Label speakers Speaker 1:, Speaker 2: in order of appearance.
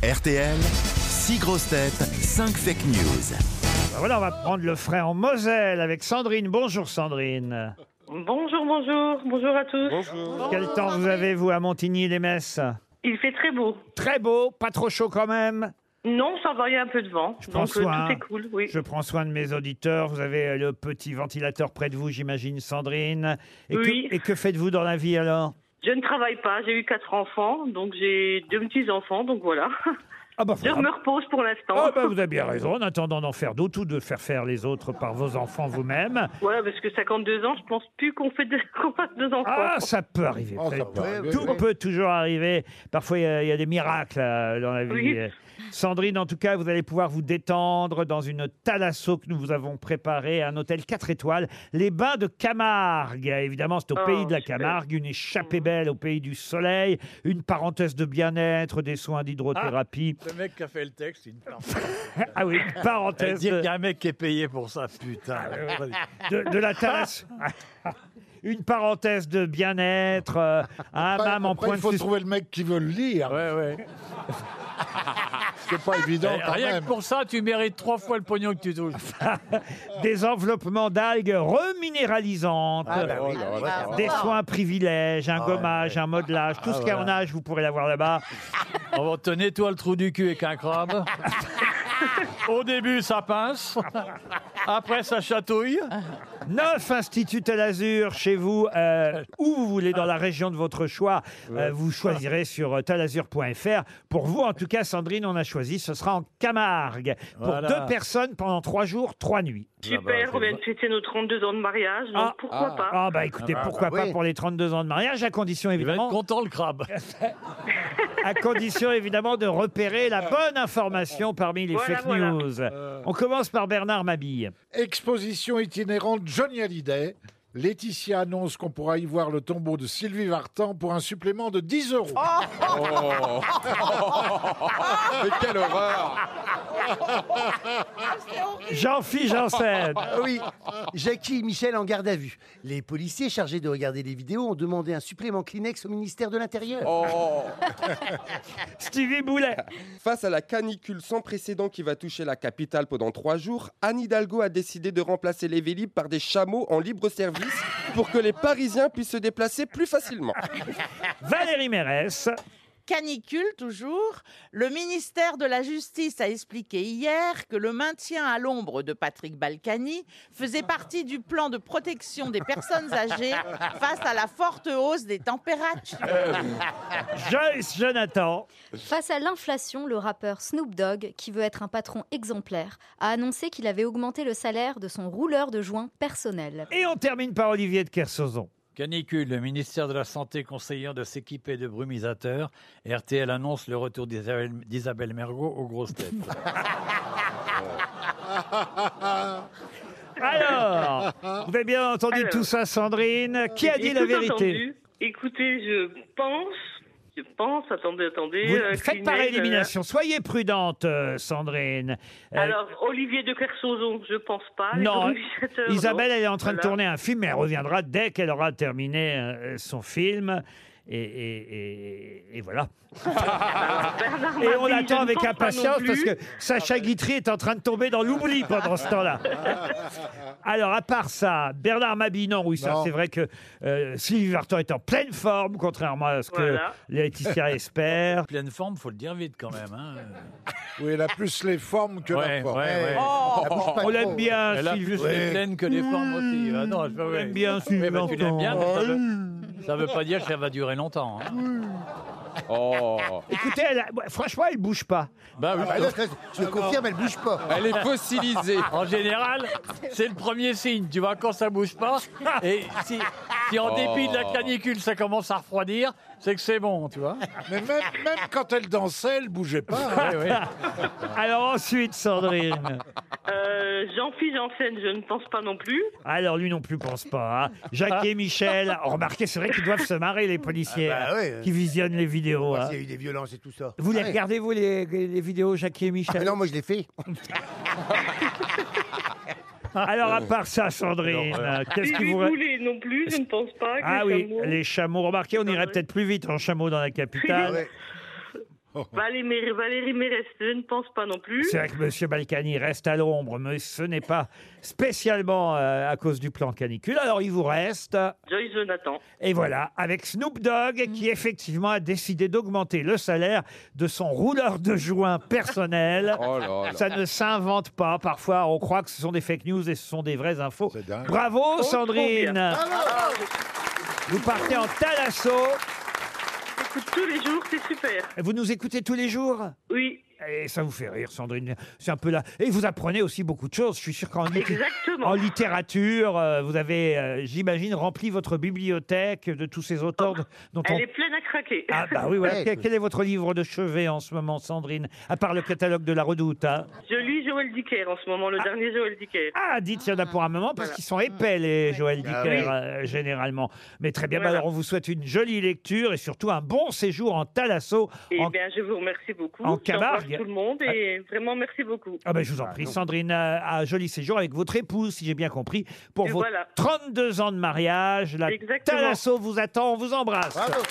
Speaker 1: RTL, 6 grosses têtes, 5 fake news.
Speaker 2: Ben Voilà, on va prendre le frais en Moselle avec Sandrine. Bonjour Sandrine.
Speaker 3: Bonjour, bonjour, bonjour à tous.
Speaker 2: Quel temps vous avez, vous, à Montigny-les-Messes
Speaker 3: Il fait très beau.
Speaker 2: Très beau, pas trop chaud quand même.
Speaker 3: Non, ça va, il y a un peu de vent.
Speaker 2: Je prends
Speaker 3: donc euh,
Speaker 2: soin.
Speaker 3: tout est cool, oui.
Speaker 2: Je prends soin de mes auditeurs. Vous avez euh, le petit ventilateur près de vous, j'imagine, Sandrine. Et
Speaker 3: Oui.
Speaker 2: que, et que faites-vous dans la vie alors
Speaker 3: Je ne travaille pas, j'ai eu quatre enfants, donc j'ai deux petits-enfants, donc voilà.
Speaker 2: ah bah,
Speaker 3: Je
Speaker 2: voilà.
Speaker 3: me repose pour l'instant.
Speaker 2: Ah bah, vous avez bien raison, en attendant d'en faire d'autres ou de faire faire les autres par vos enfants vous-même.
Speaker 3: Voilà, parce que 52 ans, je pense plus qu'on fait de... qu'on fasse deux enfants.
Speaker 2: Ah, ça peut arriver.
Speaker 4: Oh, ça peut arriver,
Speaker 2: Tout
Speaker 4: oui.
Speaker 2: peut toujours arriver. Parfois, il y a- il y, a des miracles euh, dans la vie.
Speaker 3: Oui.
Speaker 2: Euh, Sandrine, en tout cas, vous allez pouvoir vous détendre dans une thalasso que nous vous avons préparée à un hôtel 4 étoiles, les Bains de Camargue. Évidemment, c'est au
Speaker 3: Oh,
Speaker 2: pays de la
Speaker 3: super.
Speaker 2: Camargue, une échappée belle au pays du soleil, une parenthèse de bien-être, des soins d'hydrothérapie.
Speaker 4: Le mec qui a fait le texte, il
Speaker 2: Ah, oui, une parenthèse.
Speaker 4: dire
Speaker 2: de-
Speaker 4: qu'il y a un mec qui est payé pour ça,
Speaker 5: Ah,
Speaker 4: putain.
Speaker 2: de, de la tasse. Une parenthèse de bien-être, euh, un hammam en point
Speaker 5: il
Speaker 2: de
Speaker 5: faut
Speaker 2: sus-
Speaker 5: trouver le mec qui veut le lire.
Speaker 4: Ouais, ouais. Euh,
Speaker 5: C'est pas évident quand
Speaker 4: Rien
Speaker 5: même.
Speaker 4: que pour ça, tu mérites trois fois le pognon que tu touches.
Speaker 2: des enveloppements d'algues reminéralisantes.
Speaker 5: Ah, bah
Speaker 4: Ah
Speaker 5: Oh
Speaker 2: Des soins privilèges, un gommage, un modelage,
Speaker 4: Ah
Speaker 2: tout ce qu'il y a en âge, vous pourrez l'avoir là-bas.
Speaker 4: On va te nettoyer le trou du cul avec un crabe. Au début, ça pince. Après, ça chatouille.
Speaker 5: Ah.
Speaker 2: Neuf instituts à l'Azur chez vous, euh, où vous voulez, dans la région de votre choix. Euh, vous choisirez sur euh, talazur.fr. Pour vous, en tout cas, Sandrine, on a choisi, ce sera en Camargue. Pour
Speaker 4: Voilà.
Speaker 2: deux personnes pendant trois jours, trois nuits.
Speaker 4: Ah,
Speaker 3: Super,
Speaker 4: bah,
Speaker 3: on vient de fêter nos 32 ans de mariage, donc
Speaker 2: Ah,
Speaker 3: pourquoi pas
Speaker 2: Ah bah écoutez, pourquoi pas pour les 32 ans de mariage, à condition
Speaker 4: Il va être
Speaker 2: évidemment,
Speaker 4: content, le crabe.
Speaker 2: à condition évidemment de repérer la bonne information parmi les
Speaker 3: Voilà,
Speaker 2: fake
Speaker 3: voilà.
Speaker 2: news.
Speaker 4: Euh.
Speaker 2: On commence par Bernard Mabille.
Speaker 5: Exposition itinérante Johnny Hallyday. Laetitia annonce qu'on pourra y voir le tombeau de Sylvie Vartan pour un supplément de 10 euros.
Speaker 2: Jean-Philippe Janssen.
Speaker 6: Ah Oui, Jackie Michel en garde à vue. Les policiers chargés de regarder les vidéos ont demandé un supplément Kleenex au ministère de l'Intérieur.
Speaker 2: Stevie Boulet.
Speaker 7: Face à la canicule sans précédent qui va toucher la capitale pendant trois jours, Anne Hidalgo a décidé de remplacer les Vélib par des chameaux en libre service pour que les Parisiens puissent se déplacer plus facilement.
Speaker 2: Valérie Mérès.
Speaker 8: Canicule toujours. Le ministère de la Justice a expliqué hier que le maintien à l'ombre de Patrick Balkany faisait partie du plan de protection des personnes âgées face à la forte hausse des températures.
Speaker 2: Euh, Joyce Jonathan.
Speaker 9: Face à l'inflation, le rappeur Snoop Dogg, qui veut être un patron exemplaire, a annoncé qu'il avait augmenté le salaire de son rouleur de joint personnel.
Speaker 2: Et on termine par Olivier de Kersauzon.
Speaker 4: Canicule, le ministère de la Santé conseillant de s'équiper de brumisateurs. RTL annonce le retour d'Isabelle d'Isabelle Mergot aux grosses têtes.
Speaker 2: Alors, vous avez bien entendu
Speaker 3: Alors.
Speaker 2: tout ça, Sandrine. Qui a
Speaker 3: J'ai
Speaker 2: dit Ah, la
Speaker 3: tout
Speaker 2: vérité
Speaker 3: entendu. Écoutez, je pense, je pense, attendez, attendez.
Speaker 2: Vous
Speaker 3: euh,
Speaker 2: faites par
Speaker 3: Kleenex, euh,
Speaker 2: élimination. Soyez prudente, euh, Sandrine. Euh,
Speaker 3: Alors, Olivier de Kersauzon, je pense pas. Les
Speaker 2: Non,
Speaker 3: organisateurs, non.
Speaker 2: Isabelle, elle est en train de
Speaker 3: Voilà.
Speaker 2: tourner un film, mais elle reviendra dès qu'elle aura terminé euh, son film. Et, et- et- et voilà.
Speaker 3: Ah, Bernard
Speaker 2: Et on
Speaker 3: Mabille, je
Speaker 2: l'attend
Speaker 3: ne
Speaker 2: avec
Speaker 3: pense pas hein, non
Speaker 2: impatience parce
Speaker 3: plus. Ah
Speaker 2: que Sacha Guitry est en train de tomber dans l'oubli pendant ce temps-là. Alors, à part ça, Bernard Mabille, non, oui, ça,
Speaker 5: Non.
Speaker 2: c'est vrai que euh, Sylvie Vartan est en pleine forme, contrairement à ce que
Speaker 3: Voilà.
Speaker 2: Laetitia espère.
Speaker 4: Pleine forme, faut le dire vite quand même. hein.
Speaker 5: Oui, elle a plus les formes que
Speaker 4: Ouais,
Speaker 5: la forme.
Speaker 4: ouais,
Speaker 5: Eh,
Speaker 4: ouais.
Speaker 5: la bouge pas
Speaker 2: On l'aime
Speaker 5: trop.
Speaker 2: bien,
Speaker 4: Elle a
Speaker 2: Sylvie.
Speaker 4: plus les plaines que les formes aussi. Ah non, je-
Speaker 2: On
Speaker 4: ouais.
Speaker 2: l'aime bien,
Speaker 4: Oui,
Speaker 2: Sylvie
Speaker 4: bah, tu l'aimes bien, Hmm.
Speaker 2: Vartan.
Speaker 4: mais ça veut, ça veut pas dire que ça va durer longtemps. hein.
Speaker 2: Écoutez, elle a- franchement, elle bouge pas.
Speaker 4: Bah oui.
Speaker 6: Ah non, Ah, je- je confirme, elle bouge pas.
Speaker 7: Elle est fossilisée.
Speaker 4: Ah, En général, c'est le premier signe. Tu vois, quand ça bouge pas, et si, si en dépit de la canicule, ça commence à refroidir, c'est que c'est bon, tu vois.
Speaker 5: Mais même, même quand elle dansait, elle bougeait pas. hein.
Speaker 4: Ouais, ouais. Ah.
Speaker 2: Alors ensuite, Sandrine.
Speaker 3: Euh, Jean-Philippe Janssen, je ne pense pas non plus.
Speaker 2: Alors lui non plus pense pas. hein. Jacques et Michel, oh, remarquez, c'est vrai qu'ils doivent se marrer les policiers
Speaker 6: Ah bah
Speaker 2: hein,
Speaker 6: ouais.
Speaker 2: qui visionnent les vidéos. hein.
Speaker 6: Il y a eu des violences et tout ça.
Speaker 2: Vous les
Speaker 6: Ah ouais.
Speaker 2: regardez vous les, les vidéos Jacques et
Speaker 6: Ah
Speaker 2: Michel
Speaker 6: non, moi je l'ai fait.
Speaker 2: Alors à
Speaker 6: Ah.
Speaker 2: part ça, Sandrine, euh, qu'est-ce qui
Speaker 3: Philippe
Speaker 2: vous
Speaker 3: Boulet non plus, je ne pense pas.
Speaker 2: ah
Speaker 3: que
Speaker 2: oui,
Speaker 3: Chameau.
Speaker 2: les chameaux. Remarquez, on irait
Speaker 3: Ouais.
Speaker 6: Ah
Speaker 2: peut-être plus vite en chameau dans la capitale.
Speaker 3: Valérie, Valérie Mérès, je ne pense pas non plus.
Speaker 2: C'est vrai que Monsieur Balkany reste à l'ombre, mais ce n'est pas spécialement euh, à cause du plan canicule. Alors il vous reste.
Speaker 3: Joyce Jonathan.
Speaker 2: Et voilà, avec Snoop Dogg, qui
Speaker 3: Mm.
Speaker 2: effectivement a décidé d'augmenter le salaire de son rouleur de joint personnel.
Speaker 7: Oh là là.
Speaker 2: Ça ne s'invente pas. Parfois, on croit que ce sont des fake news et ce sont des vraies infos.
Speaker 5: C'est dingue.
Speaker 2: Bravo,
Speaker 3: Oh, trop
Speaker 2: Sandrine.
Speaker 3: bien.
Speaker 2: Vous partez en talasso.
Speaker 3: J'écoute tous les jours, c'est super.
Speaker 2: Vous nous écoutez tous les jours
Speaker 3: Oui,
Speaker 2: et ça vous fait rire, Sandrine. C'est un peu là. Et vous apprenez aussi beaucoup de choses. Je suis sûr qu'en litté- en
Speaker 3: exactement.
Speaker 2: littérature, euh, vous avez, euh, j'imagine, rempli votre bibliothèque de tous ces auteurs de- dont on
Speaker 3: Oh, Elle est pleine à craquer.
Speaker 2: Ah bah oui, voilà.
Speaker 6: Ouais.
Speaker 2: Quel, quel est votre livre de chevet en ce moment, Sandrine À part le catalogue de la Redoute. hein
Speaker 3: Je lis Joël Dicker en ce moment, le dernier Joël Dicker.
Speaker 2: ah, dites, il y en a pour un moment, parce qu'ils sont épais, les Joël Dicker,
Speaker 6: Ah oui.
Speaker 2: euh, généralement. Mais très bien, bah
Speaker 3: Bah Voilà.
Speaker 2: alors on vous souhaite une jolie lecture et surtout un bon séjour en Thalasso.
Speaker 3: Eh
Speaker 2: En-
Speaker 3: bien, je vous remercie beaucoup.
Speaker 2: en
Speaker 3: Je t'embrasse
Speaker 2: Camargue.
Speaker 3: tout le monde et vraiment merci beaucoup.
Speaker 2: Ah ben, je vous en prie, Sandrine, euh, un joli séjour avec votre épouse, si j'ai bien compris, pour
Speaker 3: Et
Speaker 2: vos
Speaker 3: voilà.
Speaker 2: 32 ans de mariage. La
Speaker 3: Exactement.
Speaker 2: Thalasso vous attend, on vous embrasse.
Speaker 5: Bravo.